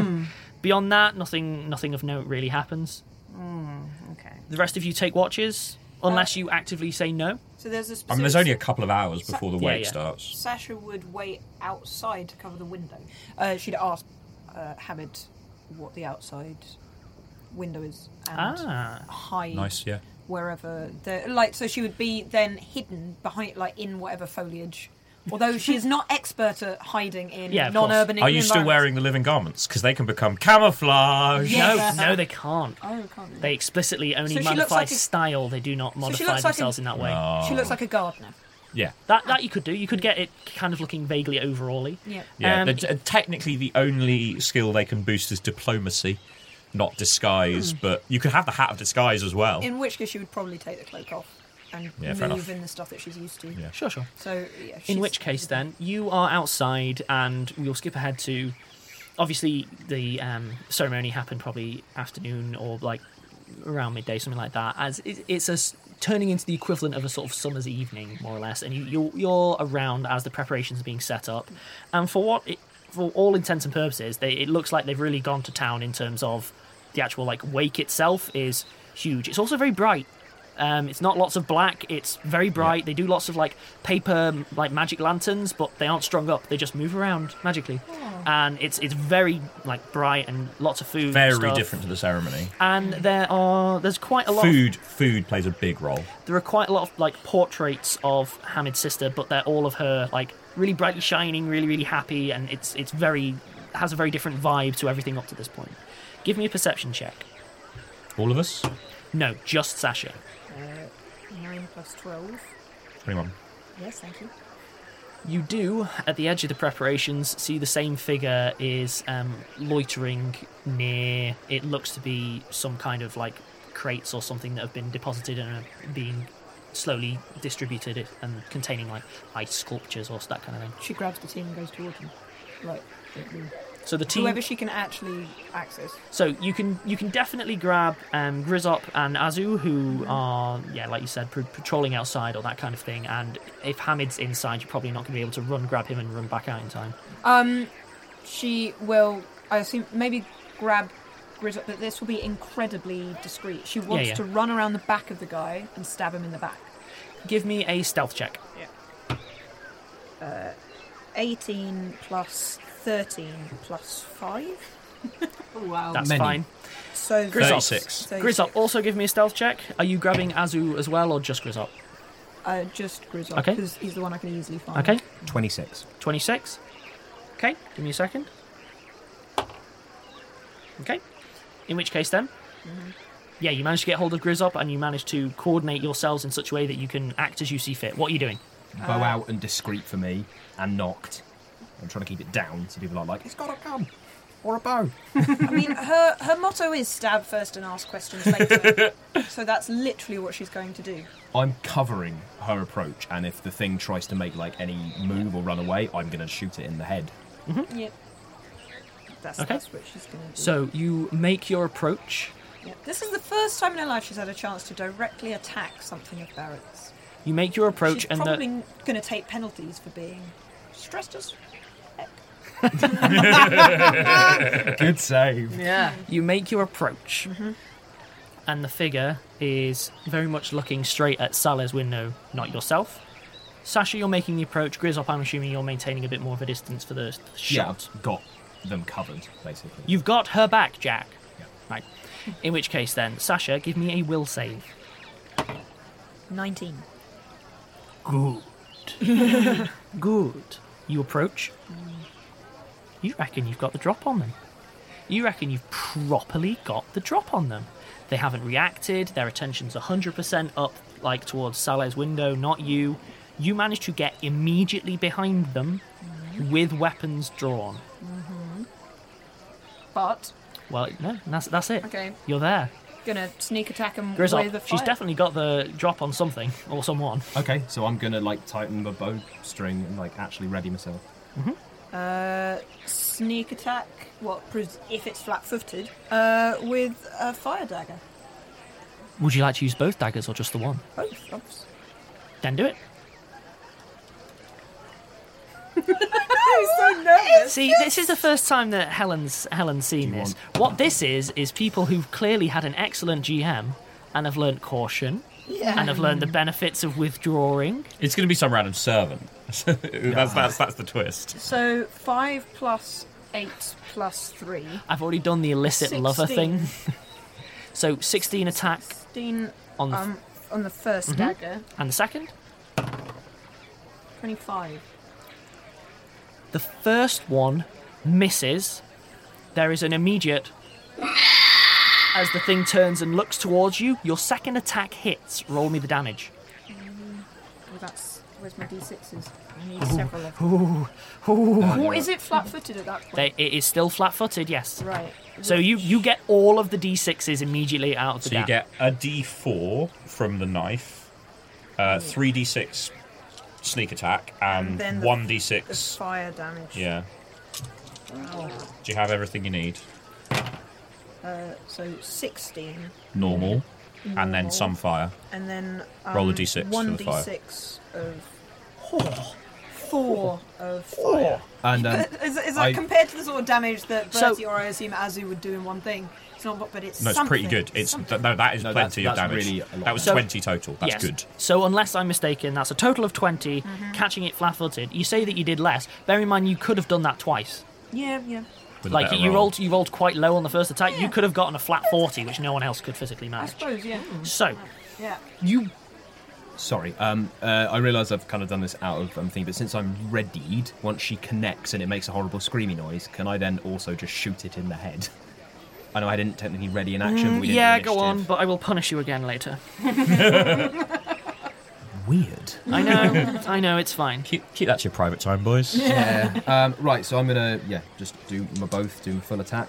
Beyond that, nothing nothing of note really happens. Mm. okay. The rest of you take watches, unless you actively say no. So there's a I mean, there's only a couple of hours before the Yeah, wake yeah. starts. Sasha would wait outside to cover the window. Uh, she'd ask uh, Hamid what the outside window is and Ah. hide Nice, yeah. wherever the like. So she would be then hidden behind, like in whatever foliage. Although she is not expert at hiding in Yeah, of course. non-urban. Are you still environments. wearing the living garments? Because they can become camouflage. Yes. No, no, they can't. Oh, can't they? They explicitly only So she looks modify like a- style. They do not So she modify looks like themselves a- in that way. She looks like a gardener. Ah. Yeah. That that you could do. You could get it kind of looking vaguely overally. Yeah. Yeah, Um, the- t- technically the only skill they can boost is diplomacy, not Hmm. disguise. But you could have the hat of disguise as well. In which case, she would probably take the cloak off and Yeah, fair move enough. in the stuff that she's used to. Yeah. Sure, sure. So, yeah, she's- In which case, then you are outside, and we'll skip ahead to. Obviously, the um, ceremony happened probably afternoon or like around midday, something like that. As it, it's a s- turning into the equivalent of a sort of summer's evening, more or less, and you, you're you're around as the preparations are being set up, and for what it, for all intents and purposes, they, it looks like they've really gone to town in terms of the actual like wake itself is huge. It's also very bright. Um, it's not lots of black. It's very bright. They do lots of like paper, m- like magic lanterns, but they aren't strung up. They just move around magically, and it's it's very like bright and lots of food. and Very stuff. different to the ceremony. And there are there's quite a lot. of- Food, food plays a big role. there are quite a lot of like portraits of Hamid's sister, but they're all of her like really brightly shining, really really happy, and it's it's very has a very different vibe to everything up to this point. Give me a perception check. All of us. No, just Sasha. Uh, Nine plus twelve. Twenty-one. Yes, thank you. You do, at the edge of the preparations, see the same figure is um, loitering near. It looks to be some kind of like crates or something that have been deposited and are being slowly distributed and containing like ice sculptures or that kind of thing. She grabs the team and goes towards them. Like, it- So the team- Whoever she can actually access. So you can you can definitely grab um, Grizzop and Azu, who are yeah, like you said, pa- patrolling outside or that kind of thing. And if Hamid's inside, you're probably not going to be able to run, grab him, and run back out in time. Um, she will. I assume maybe grab Grizzle, but this will be incredibly discreet. She wants yeah. to run around the back of the guy and stab him in the back. Give me a stealth check. Uh, eighteen plus thirteen plus five. wow, That's fine. So Grizzop, Thirty-six. Grizzop, also give me a stealth check. Are you grabbing Azu as well, or just Grizzop? Uh, just Grizzle, Okay. because he's the one I can easily find. Okay. 26. 26. Okay, give me a second. Okay. In which case, then, yeah, you manage to get hold of Grizzop and you manage to coordinate yourselves in such a way that you can act as you see fit. What are you doing? Bow out and discreet for me, and knocked. I'm trying to keep it down, so people are like, "It's got a gun or a bow." I mean, her her motto is stab first and ask questions later. so that's literally what she's going to do. I'm covering her approach, and if the thing tries to make like any move or run away, I'm gonna shoot it in the head. Yeah. That's, Mm-hmm. Okay. that's what she's going to do. So you make your approach. Yeah. This is the first time in her life she's had a chance to directly attack something of Barrett's. You make your approach, she's and probably the, going to take penalties for being stressed as Good save. Yeah. You make your approach, Mm-hmm. and the figure is very much looking straight at Salah's window, not yourself. Sasha, you're making the approach. Grizzop, I'm assuming you're maintaining a bit more of a distance for the Yeah, shot. I've got them covered basically. You've got her back, Jack. Right. In which case, then, Sasha, give me a will save. 19. Good. Good. You approach. You reckon you've got the drop on them. You reckon you've properly got the drop on them. They haven't reacted, their attention's 100% up, like towards Saleh's window, not you. You manage to get immediately behind them with weapons drawn. Mm-hmm. But Well, no, that's, that's it. Okay. You're there. gonna sneak attack him with a Grizzop, fire. she's definitely got the drop on something or someone. Okay, so I'm gonna like tighten the bow string and like actually ready myself. Uh, sneak attack. What? pres- If it's flat-footed, uh, with a fire dagger. Would you like to use both daggers or just the one? Both. obviously. Then do it. I'm so nervous. See, this is the first time that Helen's Helen's seen this. What this is is people who've clearly had an excellent GM and have learnt caution Yeah. and have learned the benefits of withdrawing. It's going to be some random servant. that's, that's, that's the twist. So five plus eight plus three. I've already done the illicit lover thing. 16. so 16 attack Sixteen On on the the, f- um, on the 1st Mhm. dagger. and the second. Twenty-five. The first one misses. There is an immediate. As the thing turns and looks towards you, your second attack hits. Roll me the damage. Well, that's where's my d6s? I need Ooh, several of them. ooh, Oh, ooh. What is it flat-footed at that point? They, it is still flat-footed, yes. Right. So you you get all of the d6s immediately out of the So you gap. get a d4 from the knife, uh, 3d6 sneak attack, and, Then the- 1d6. The fire damage. Yeah. Wow. Do you have everything you need? Uh, so 16. Normal, and then Normal. some fire. And then. Um, Roll a d6 for One the fire. d6 of. Four. Four of fire. And um, is is that I- compared to the sort of damage that So- Bertie or I assume Azu would do in one thing? It's not, but it's. No, it's pretty something, good. It's something. th- no, that is No, that's- plenty that's of damage. really a lot that was So- twenty total. That's Yes. good. So unless I'm mistaken, that's a total of 20, Mm-hmm. catching it flat-footed. You say that you did less. Bear in mind you could have done that twice. Yeah, yeah. With a like better you roll. rolled you rolled quite low on the first attack. You could have gotten a flat 40, which no one else could physically I manage. suppose, yeah. So Yeah. you Sorry, um, uh, I realise I've kind of done this out of um, thing, but since I'm readied, once she connects and it makes a horrible screamy noise, can I then also just shoot it in the head? I know I didn't technically ready in action. but we didn't yeah, initiative. go on, but I will punish you again later. Weird. I know, I know, it's fine. Keep, keep that to your private time, boys. Yeah. um, right, so I'm gonna yeah just do my both, do my full attack.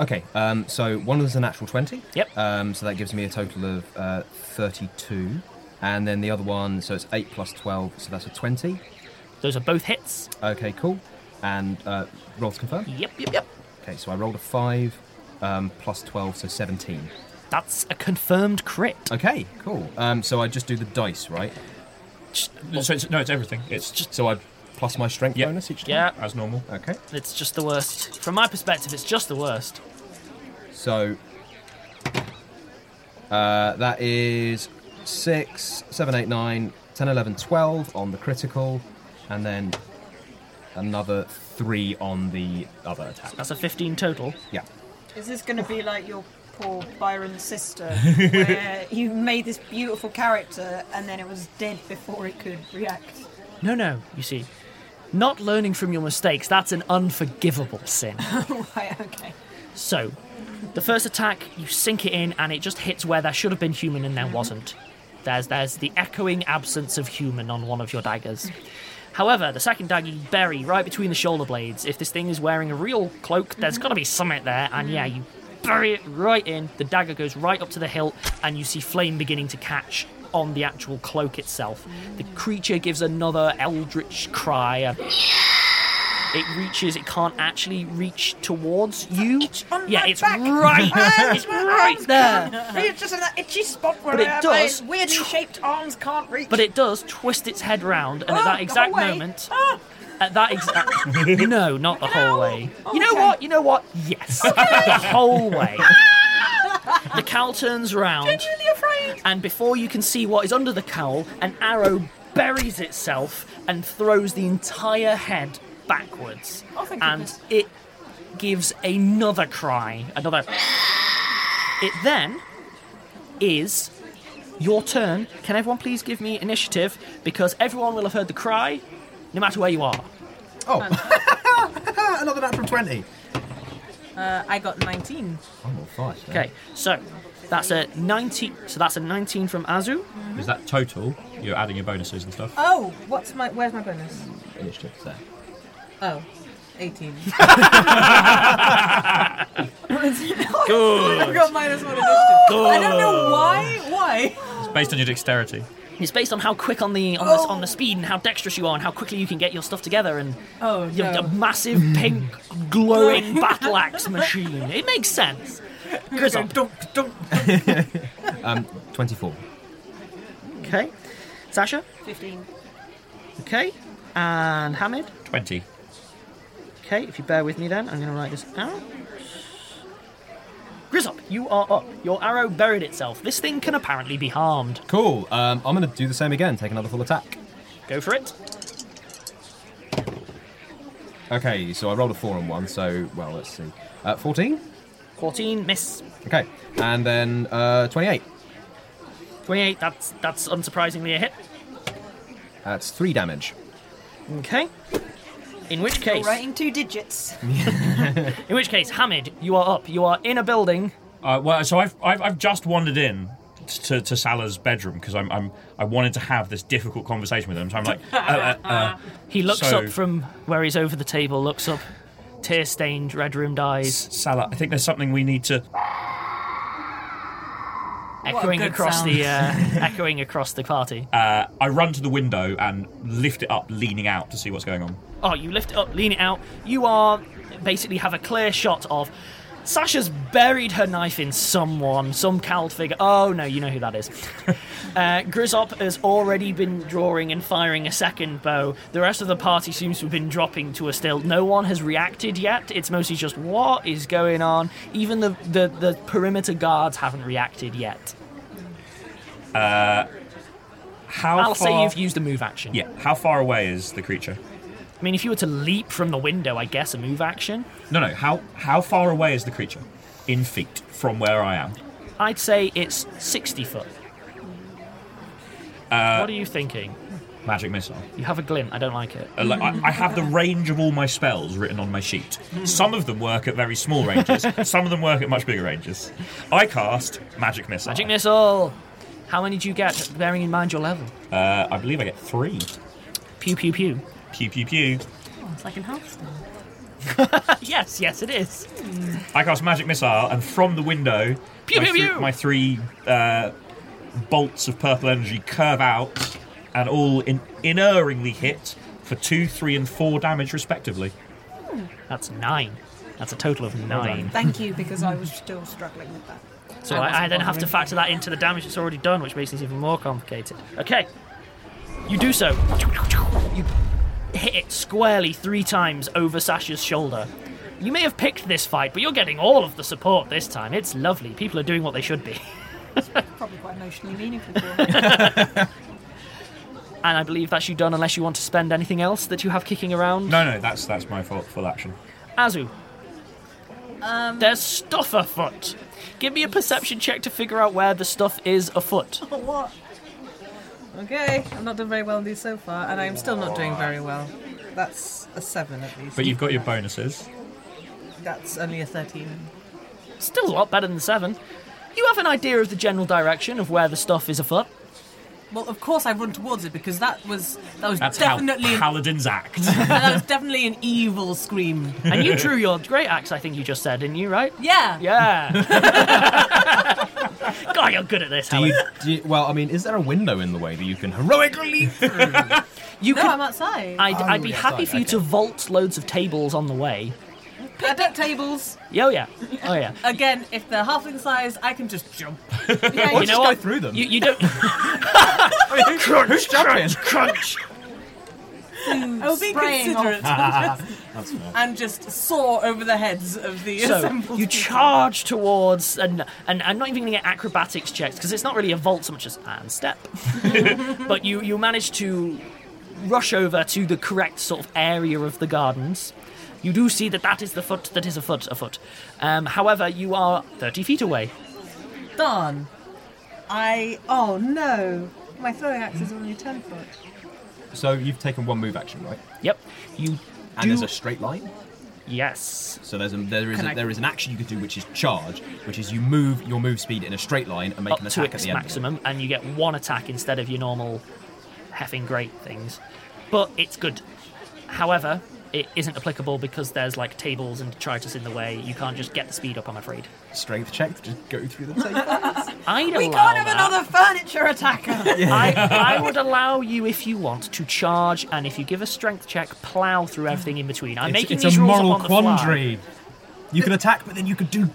Okay, um, so one was a natural 20. Yep. Um, so that gives me a total of uh, 32. And then the other one, so it's 8 plus 12, so that's a 20. Those are both hits. Okay, cool. And uh, roll to confirm? Yep, yep, yep. Okay, so I rolled a 5 um, plus 12, so 17. That's a confirmed crit. Okay, cool. Um, so I just do the dice, right? So it's, no, it's everything. It's just so I plus my strength bonus each time. Yeah. as normal. Okay. It's just the worst. From my perspective, it's just the worst. So uh, that is 6, 7, 8, 9, 10, 11, 12 on the critical, and then another 3 on the other attack. That's a 15 total. Yeah. Is this going to be like your poor Byron sister, where you made this beautiful character and then it was dead before it could react? No, no, you see. Not learning from your mistakes, that's an unforgivable sin. right, okay. So, the first attack, you sink it in and it just hits where there should have been human and there wasn't. There's there's the echoing absence of human on one of your daggers. However, the second dagger you bury right between the shoulder blades. If this thing is wearing a real cloak, there's got to be something there, and yeah, you bury it right in. The dagger goes right up to the hilt, and you see flame beginning to catch on the actual cloak itself. The creature gives another eldritch cry. a- it reaches, it can't actually reach towards you. yeah, it's right, Ah, it's right there. It's just an itchy spot where But it uh, does. my weirdly shaped arms can't reach. But it does twist its head round, and Ah, at that the exact hallway. moment, at that exact no, not the whole way. You know Okay. what? You know what? Yes, the whole way. The cowl turns round, and before you can see what is under the cowl, an arrow buries itself and throws the entire head backwards. Oh, thank and goodness. it gives another cry, another. It then is your turn. Can everyone please give me initiative? Because everyone will have heard the cry, no matter where you are. Another natural 20. Uh, I got 19. I'm on fire. Okay, so that's a 19. So that's a 19 from Azu. Is that total? You're adding your bonuses and stuff. Oh, what's my? Where's my bonus? Initiative there. Oh, 18. Good. I got minus one initiative. I don't know why. Why? It's based on your dexterity. It's based on how quick on the on, the on the speed and how dexterous you are and how quickly you can get your stuff together and Oh, your, no. your massive pink glowing battle axe machine. It makes sense. Grizzop. Um, 24. Okay, Sasha. 15. Okay, and Hamid. 20. Okay, if you bear with me then, I'm going to write this out. Grizzop, you are up. Your arrow buried itself. This thing can apparently be harmed. Cool. Um, I'm going to do the same again, take another full attack. Go for it. Okay, so I rolled a 4 on one, so, well, let's see. Uh, 14? 14, miss. Okay. And then uh, 28. 28, that's, that's unsurprisingly a hit. That's 3 damage. Okay. In which You're case, writing two digits. in which case, Hamid, you are up. You are in a building. Uh, well, so I've, I've I've just wandered in to, to Salah's bedroom because I'm, I'm I wanted to have this difficult conversation with him. So I'm like, uh, uh, uh, He looks so- up from where he's over the table, looks up, tear stained, red rimmed eyes, Salah, I think there's something we need to. echoing good across sound. the uh, echoing across the party. Uh, I run to the window and lift it up, leaning out to see what's going on. Oh, you lift it up, lean it out. You are basically have a clear shot of Sasha's buried her knife in someone, some cowled figure. Oh no, you know who that is. uh, Grizzop has already been drawing and firing a second bow. The rest of the party seems to have been dropping to a still. No one has reacted yet. It's mostly just what is going on. Even the the, the perimeter guards haven't reacted yet. Uh, How I'll far? say you've used a move action. Yeah. How far away is the creature? I mean, if you were to leap from the window, I guess a move action. No, no. How how far away is the creature in feet from where I am? I'd say it's 60 foot. what are you thinking? Uh, Magic missile. You have a glint. I don't like it. Uh, like, I, I have the range of all my spells written on my sheet. Some of them work at very small ranges. some of them work at much bigger ranges. I cast magic missile. Magic missile. How many do you get, bearing in mind your level? Uh, I believe I get three. Pew pew pew. Pew pew pew. Oh, it's like in half yes, yes, it is. I cast magic missile, and from the window, Pew, my, pew, three- pew. my three uh, bolts of purple energy curve out and all in- inerringly hit for two, three, and four damage respectively. That's nine. That's a total of nine. Thank you, because I was still struggling with that. So wasn't I, I then have to bothering. factor that into the damage that's already done, which makes things even more complicated. Okay. You do so. You hit it squarely three times over Sasha's shoulder. You may have picked this fight, but you're getting all of the support this time. It's lovely. People are doing what they should be. Probably quite emotionally meaningful. for And I believe that's you done unless you want to spend anything else that you have kicking around. No, no, that's that's my fault. Full action. Azu, Um, there's stuff afoot. Give me a perception check to figure out where the stuff is afoot. what? Okay, I've not done very well in these so far, and I'm still not doing very well. That's a seven at least. But you've got your bonuses. That's only a thirteen. Still a lot better than seven. You have an idea of the general direction of where the stuff is afoot. Well, of course I run towards it because that was that was That's definitely how paladins act. that was definitely an evil scream. And you drew your great axe, I think you just said, didn't you, right? Yeah. Yeah. God, you're good at this. Do you, do you- well, I mean, is there a window in the way that you can heroically leap through? You no, could- I'm outside. I'd, I'd be happy for you to vault loads of tables on the way. I duck tables. Yeah, Oh, yeah. Oh, yeah. Again, if they're halfling size, I can just jump. Yeah, you know what? through them. You, you don't. crunch, Who's jumping? Crunch. I'll be spraying off. considerate. That's fair. and just soar over the heads of the So assembled you people. charge towards, and and I'm not even going to get acrobatics checks because it's not really a vault so much as and step, but you you manage to rush over to the correct sort of area of the gardens. You do see that that is the foot that is a foot a foot. Um, however, you are 30 feet away. Darn. I. Oh no. My throwing axe is only 10 foot. So you've taken one move action, right? Yep. You. And do- there's a straight line. Yes. So there's a, there is Can a, I- there is an action you could do which is charge, which is you move your move speed in a straight line and make up an to attack at its the end. of it. maximum, and you get one attack instead of your normal heffing great things. But it's good. However, it isn't applicable because there's like tables and detritus in the way. You can't just get the speed up, I'm afraid. Strength check to just go through the table. I'd we allow can't have that. another furniture attacker. I, I would allow you if you want to charge, and if you give a strength check, plow through everything in between. I'm it's making it's these a rules moral up on the fly. quandary. You can attack, but then you could do c-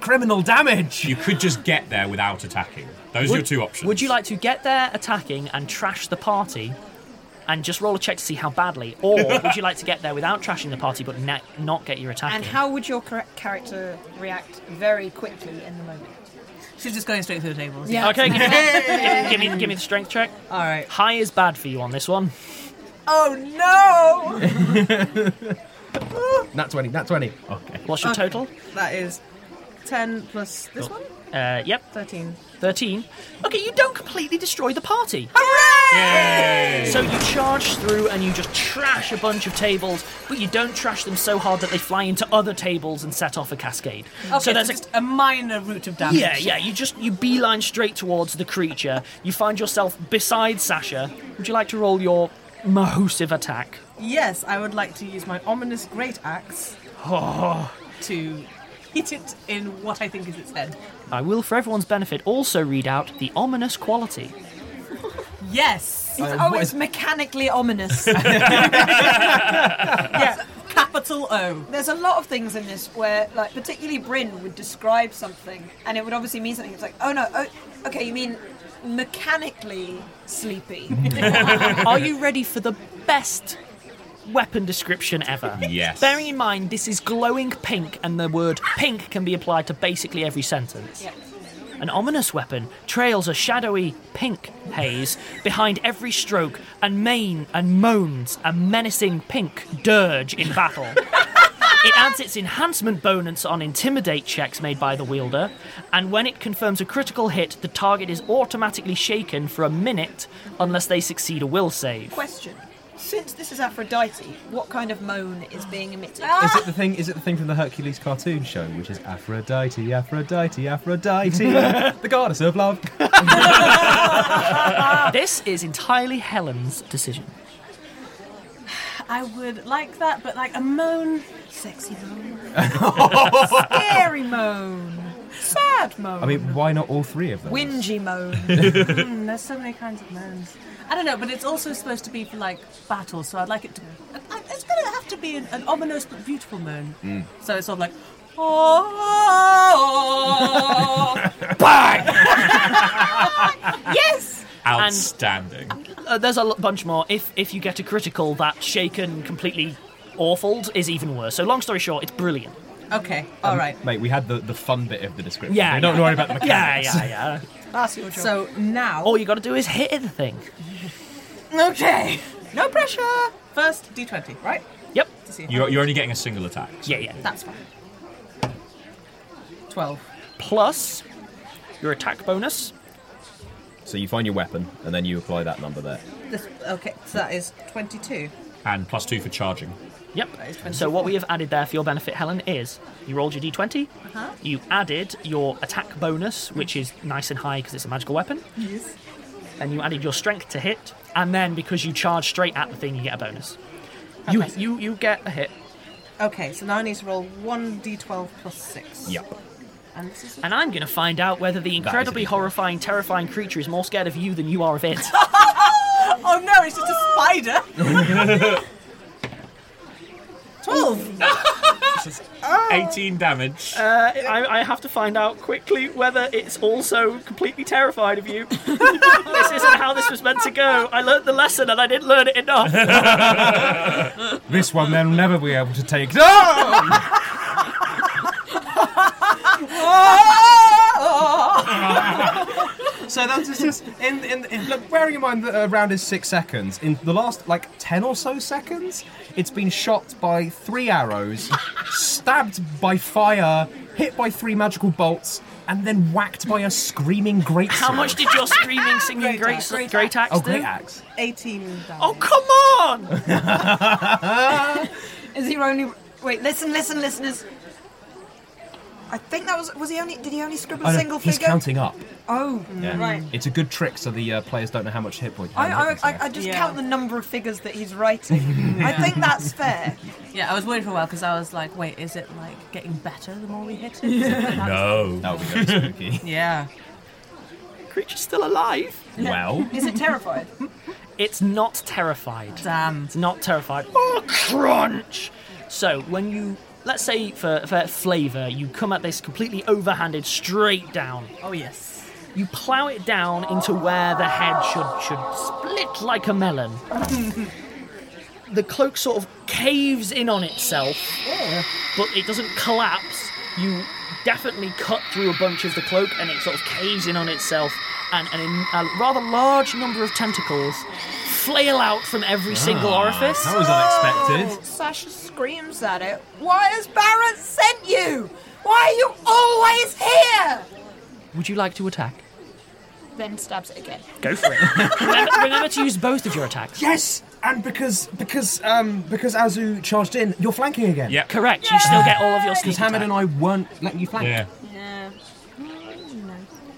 criminal damage. You could just get there without attacking. Those are your Would- two options. Would you like to get there attacking and trash the party and just roll a check to see how badly? Or would you like to get there without trashing the party but na- not get your attack? and in? how would your char- character react very quickly in the moment? She's just going straight through the tables. Okay, give me, give, give me, give me the strength check. All right. High is bad for you on this one. Oh no! Nat twenty. Nat twenty. Okay. What's your Okay. total? That is 10 plus this one? Uh, yep. 13. 13. Okay, you don't completely destroy the party. Hooray! So you charge through and you just trash a bunch of tables, but you don't trash them so hard that they fly into other tables and set off a cascade. Okay, so there's a just a minor root of damage. Yeah, yeah. You just you beeline straight towards the creature. You find yourself beside Sasha. Would you like to roll your mahusive attack? Yes, I would like to use my ominous great axe Oh. to hit it in what I think is its head. I will, for everyone's benefit, also read out the ominous quality. Yes. Uh, It's, oh, it's mechanically ominous. yeah, capital O. There's a lot of things in this where, like, particularly Bryn would describe something, and it would obviously mean something. It's like, oh no, oh, okay, you mean mechanically sleepy. Are you ready for the best weapon description ever? Yes. Bearing in mind, this is glowing pink, and the word pink can be applied to basically every sentence. Yeah. An ominous weapon trails a shadowy pink haze behind every stroke and main and moans a menacing pink dirge in battle. it adds its enhancement bonus on intimidate checks made by the wielder, and when it confirms a critical hit, the target is automatically shaken for a minute unless they succeed a will save. Question: Since this is Aphrodite, what kind of moan is being emitted? Is it the thing? Is it the thing from the Hercules cartoon show, which is Aphrodite, Aphrodite, Aphrodite, the goddess of love? this is entirely Helen's decision. I would like that, but like a moan. Sexy moan. Scary moan. Sad moan. I mean, why not all three of them? Um, Whingy moan. Mm, there's so many kinds of moans. I don't know, but it's also supposed to be for like battle, so I'd like it to. I- It's going to have to be an, an ominous but beautiful moan. Hmm. Mm. So it's sort of like. Oh, yes. Outstanding. Uh, there's a lo- bunch more. If if you get a critical, that shaken completely awfuled is even worse. So long story short, it's brilliant. Um, okay, all right. Mate, we had the, the fun bit of the description. Yeah, Don't yeah. worry about the Yeah, mechanics. yeah, yeah. That's your job. So now. All you got to do is hit the thing. Okay. No pressure. First d20, right? Yep. To see if You're, I- you're only getting a single attack. Yeah, yeah. That's fine. 12. Plus your attack bonus. So you find your weapon, and then you apply that number there. This, okay, so that is 22. And plus two for charging. Yep. is 24. So what we have added there for your benefit, Helen, is you rolled your d20. Uh-huh. You added your attack bonus, which is nice and high because it's a magical weapon. Yes. And you added your strength to hit, and then because you charge straight at the thing, you get a bonus. You you you get a hit. Okay, so now I need to roll 1d12 plus 6. Yep. And this is. And I'm going to find out whether the incredibly horrifying, terrifying creature is more scared of you than you are of it. oh no, it's just a spider. 12! 18 damage. Uh, I, I have to find out quickly whether it's also completely terrified of you. this isn't how this was meant to go. I learnt the lesson and I didn't learn it enough. This one they'll never be able to take. No! so that's just- just in, in, in look, bearing in mind that a round is six seconds. In the last like ten or so seconds, it's been shot by three arrows, stabbed by fire, hit by three magical bolts, and then whacked by a screaming great. How much did your screaming, singing great, axe, great, great axe Oh, do? great axe! 18 damage. Oh, come on! Is he only? Wait, listen, listen, listeners. I think that was was he only? Did he only scribble Oh, a no, single he's figure? counting up. Oh, Yeah. right. It's a good trick so the uh, players don't know how much hit point. I, how many I, hit points I, they I have. just count the number of figures that he's writing. I think that's fair. Yeah, I was worried for a while because I was like, wait, is it like getting better the more we hit it? Perhaps- No. That would be very spooky. Yeah. Creature's still alive. Well. Is it terrified? It's not terrified. Damn. It's not terrified. Oh, crunch! So, when you, let's say for, for flavour, you come at this completely overhanded, straight down. Oh, yes. You plough it down into where the head should, should split like a melon. the cloak sort of caves in on itself, but it doesn't collapse. You definitely cut through a bunch of the cloak, and it sort of caves in on itself, and, and in a rather large number of tentacles flail out from every single Ah, orifice. that was unexpected. Oh, Sasha screams at it. Why has Barrett sent you? Why are you always here? Would you like to attack? Then stabs it again. Go for it. remember, remember to use both of your attacks. Yes, and because because um because Azu charged in, you're flanking again. Yeah. Correct. You still get all of your sneak Because attack. Hamid and I weren't letting you flank. Yeah. Yeah.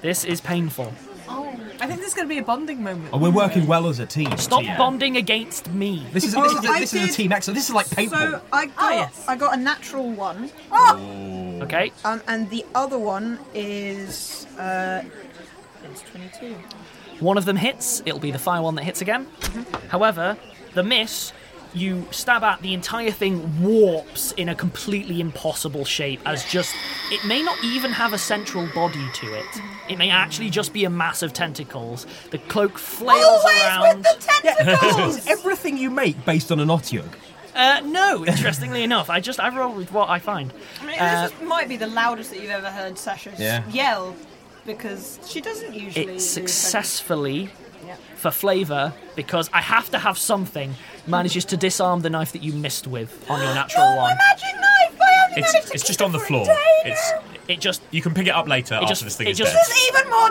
This is painful. Oh. I think this is going to be a bonding moment. Oh, we're working well as a team. Stop Yeah. bonding against me. This is, Oh, this is, I this is a did- team exercise. This is like paintball. So I Ah, got, I got a natural one. Oh. Okay. Um, and the other one is uh, it's 22. One of them hits, it'll be the fire one that hits again. Mm-hmm. However, the miss, you stab at, the entire thing warps in a completely impossible shape as just. It may not even have a central body to it. Mm-hmm. It may actually just be a mass of tentacles. The cloak flails around. Is everything you make based on an otiug? uh, no, interestingly enough, I just. I roll with what I find. I mean, Uh, this is, might be the loudest that you've ever heard Sasha s- Yeah. yell because she doesn't usually. it do successfully things- Yeah. for flavour because I have to have something. Manages to disarm the knife that you missed with on your natural one. Magic knife! I only It's, managed to it's keep just it on the for a floor. day It's now. It just You can pick it up later after just- this thing it is just- dead. This is even more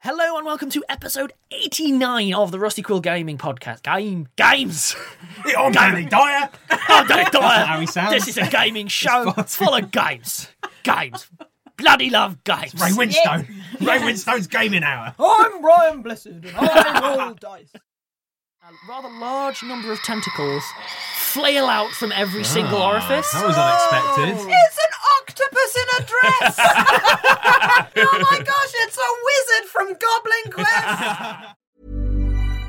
Hello and welcome to episode 89 of the Rusty Quill Gaming Podcast. Game games. I'm Danny Dyer. I'm Danny Dyer. How he sounds. This is a gaming show full of games. Games. Bloody love games. Ray Winstone. Ray Winstone's gaming hour. I'm Ryan Blessed and I roll dice. A rather large number of tentacles flail out from every single Ah, orifice. Oh. that was unexpected. It's an octopus in a dress! oh my gosh, it's a wizard from Goblin Quest!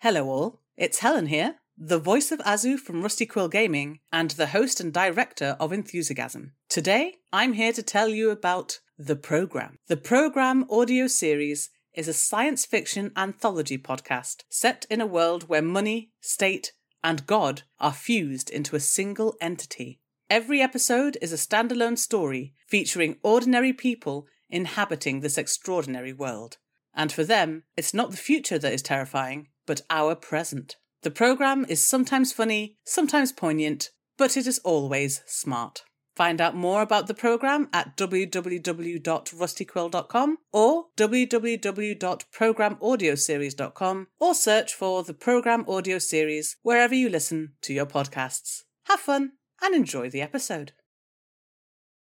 Hello, all. It's Helen here, the voice of Azu from Rusty Quill Gaming and the host and director of Enthusiasm. Today, I'm here to tell you about The Program. The Program audio series is a science fiction anthology podcast set in a world where money, state, and God are fused into a single entity. Every episode is a standalone story featuring ordinary people inhabiting this extraordinary world. And for them, it's not the future that is terrifying, but our present. The programme is sometimes funny, sometimes poignant, but it is always smart. Find out more about the programme at www.rustyquill.com or www.programaudioseries.com or search for the Programme Audio Series wherever you listen to your podcasts. Have fun and enjoy the episode.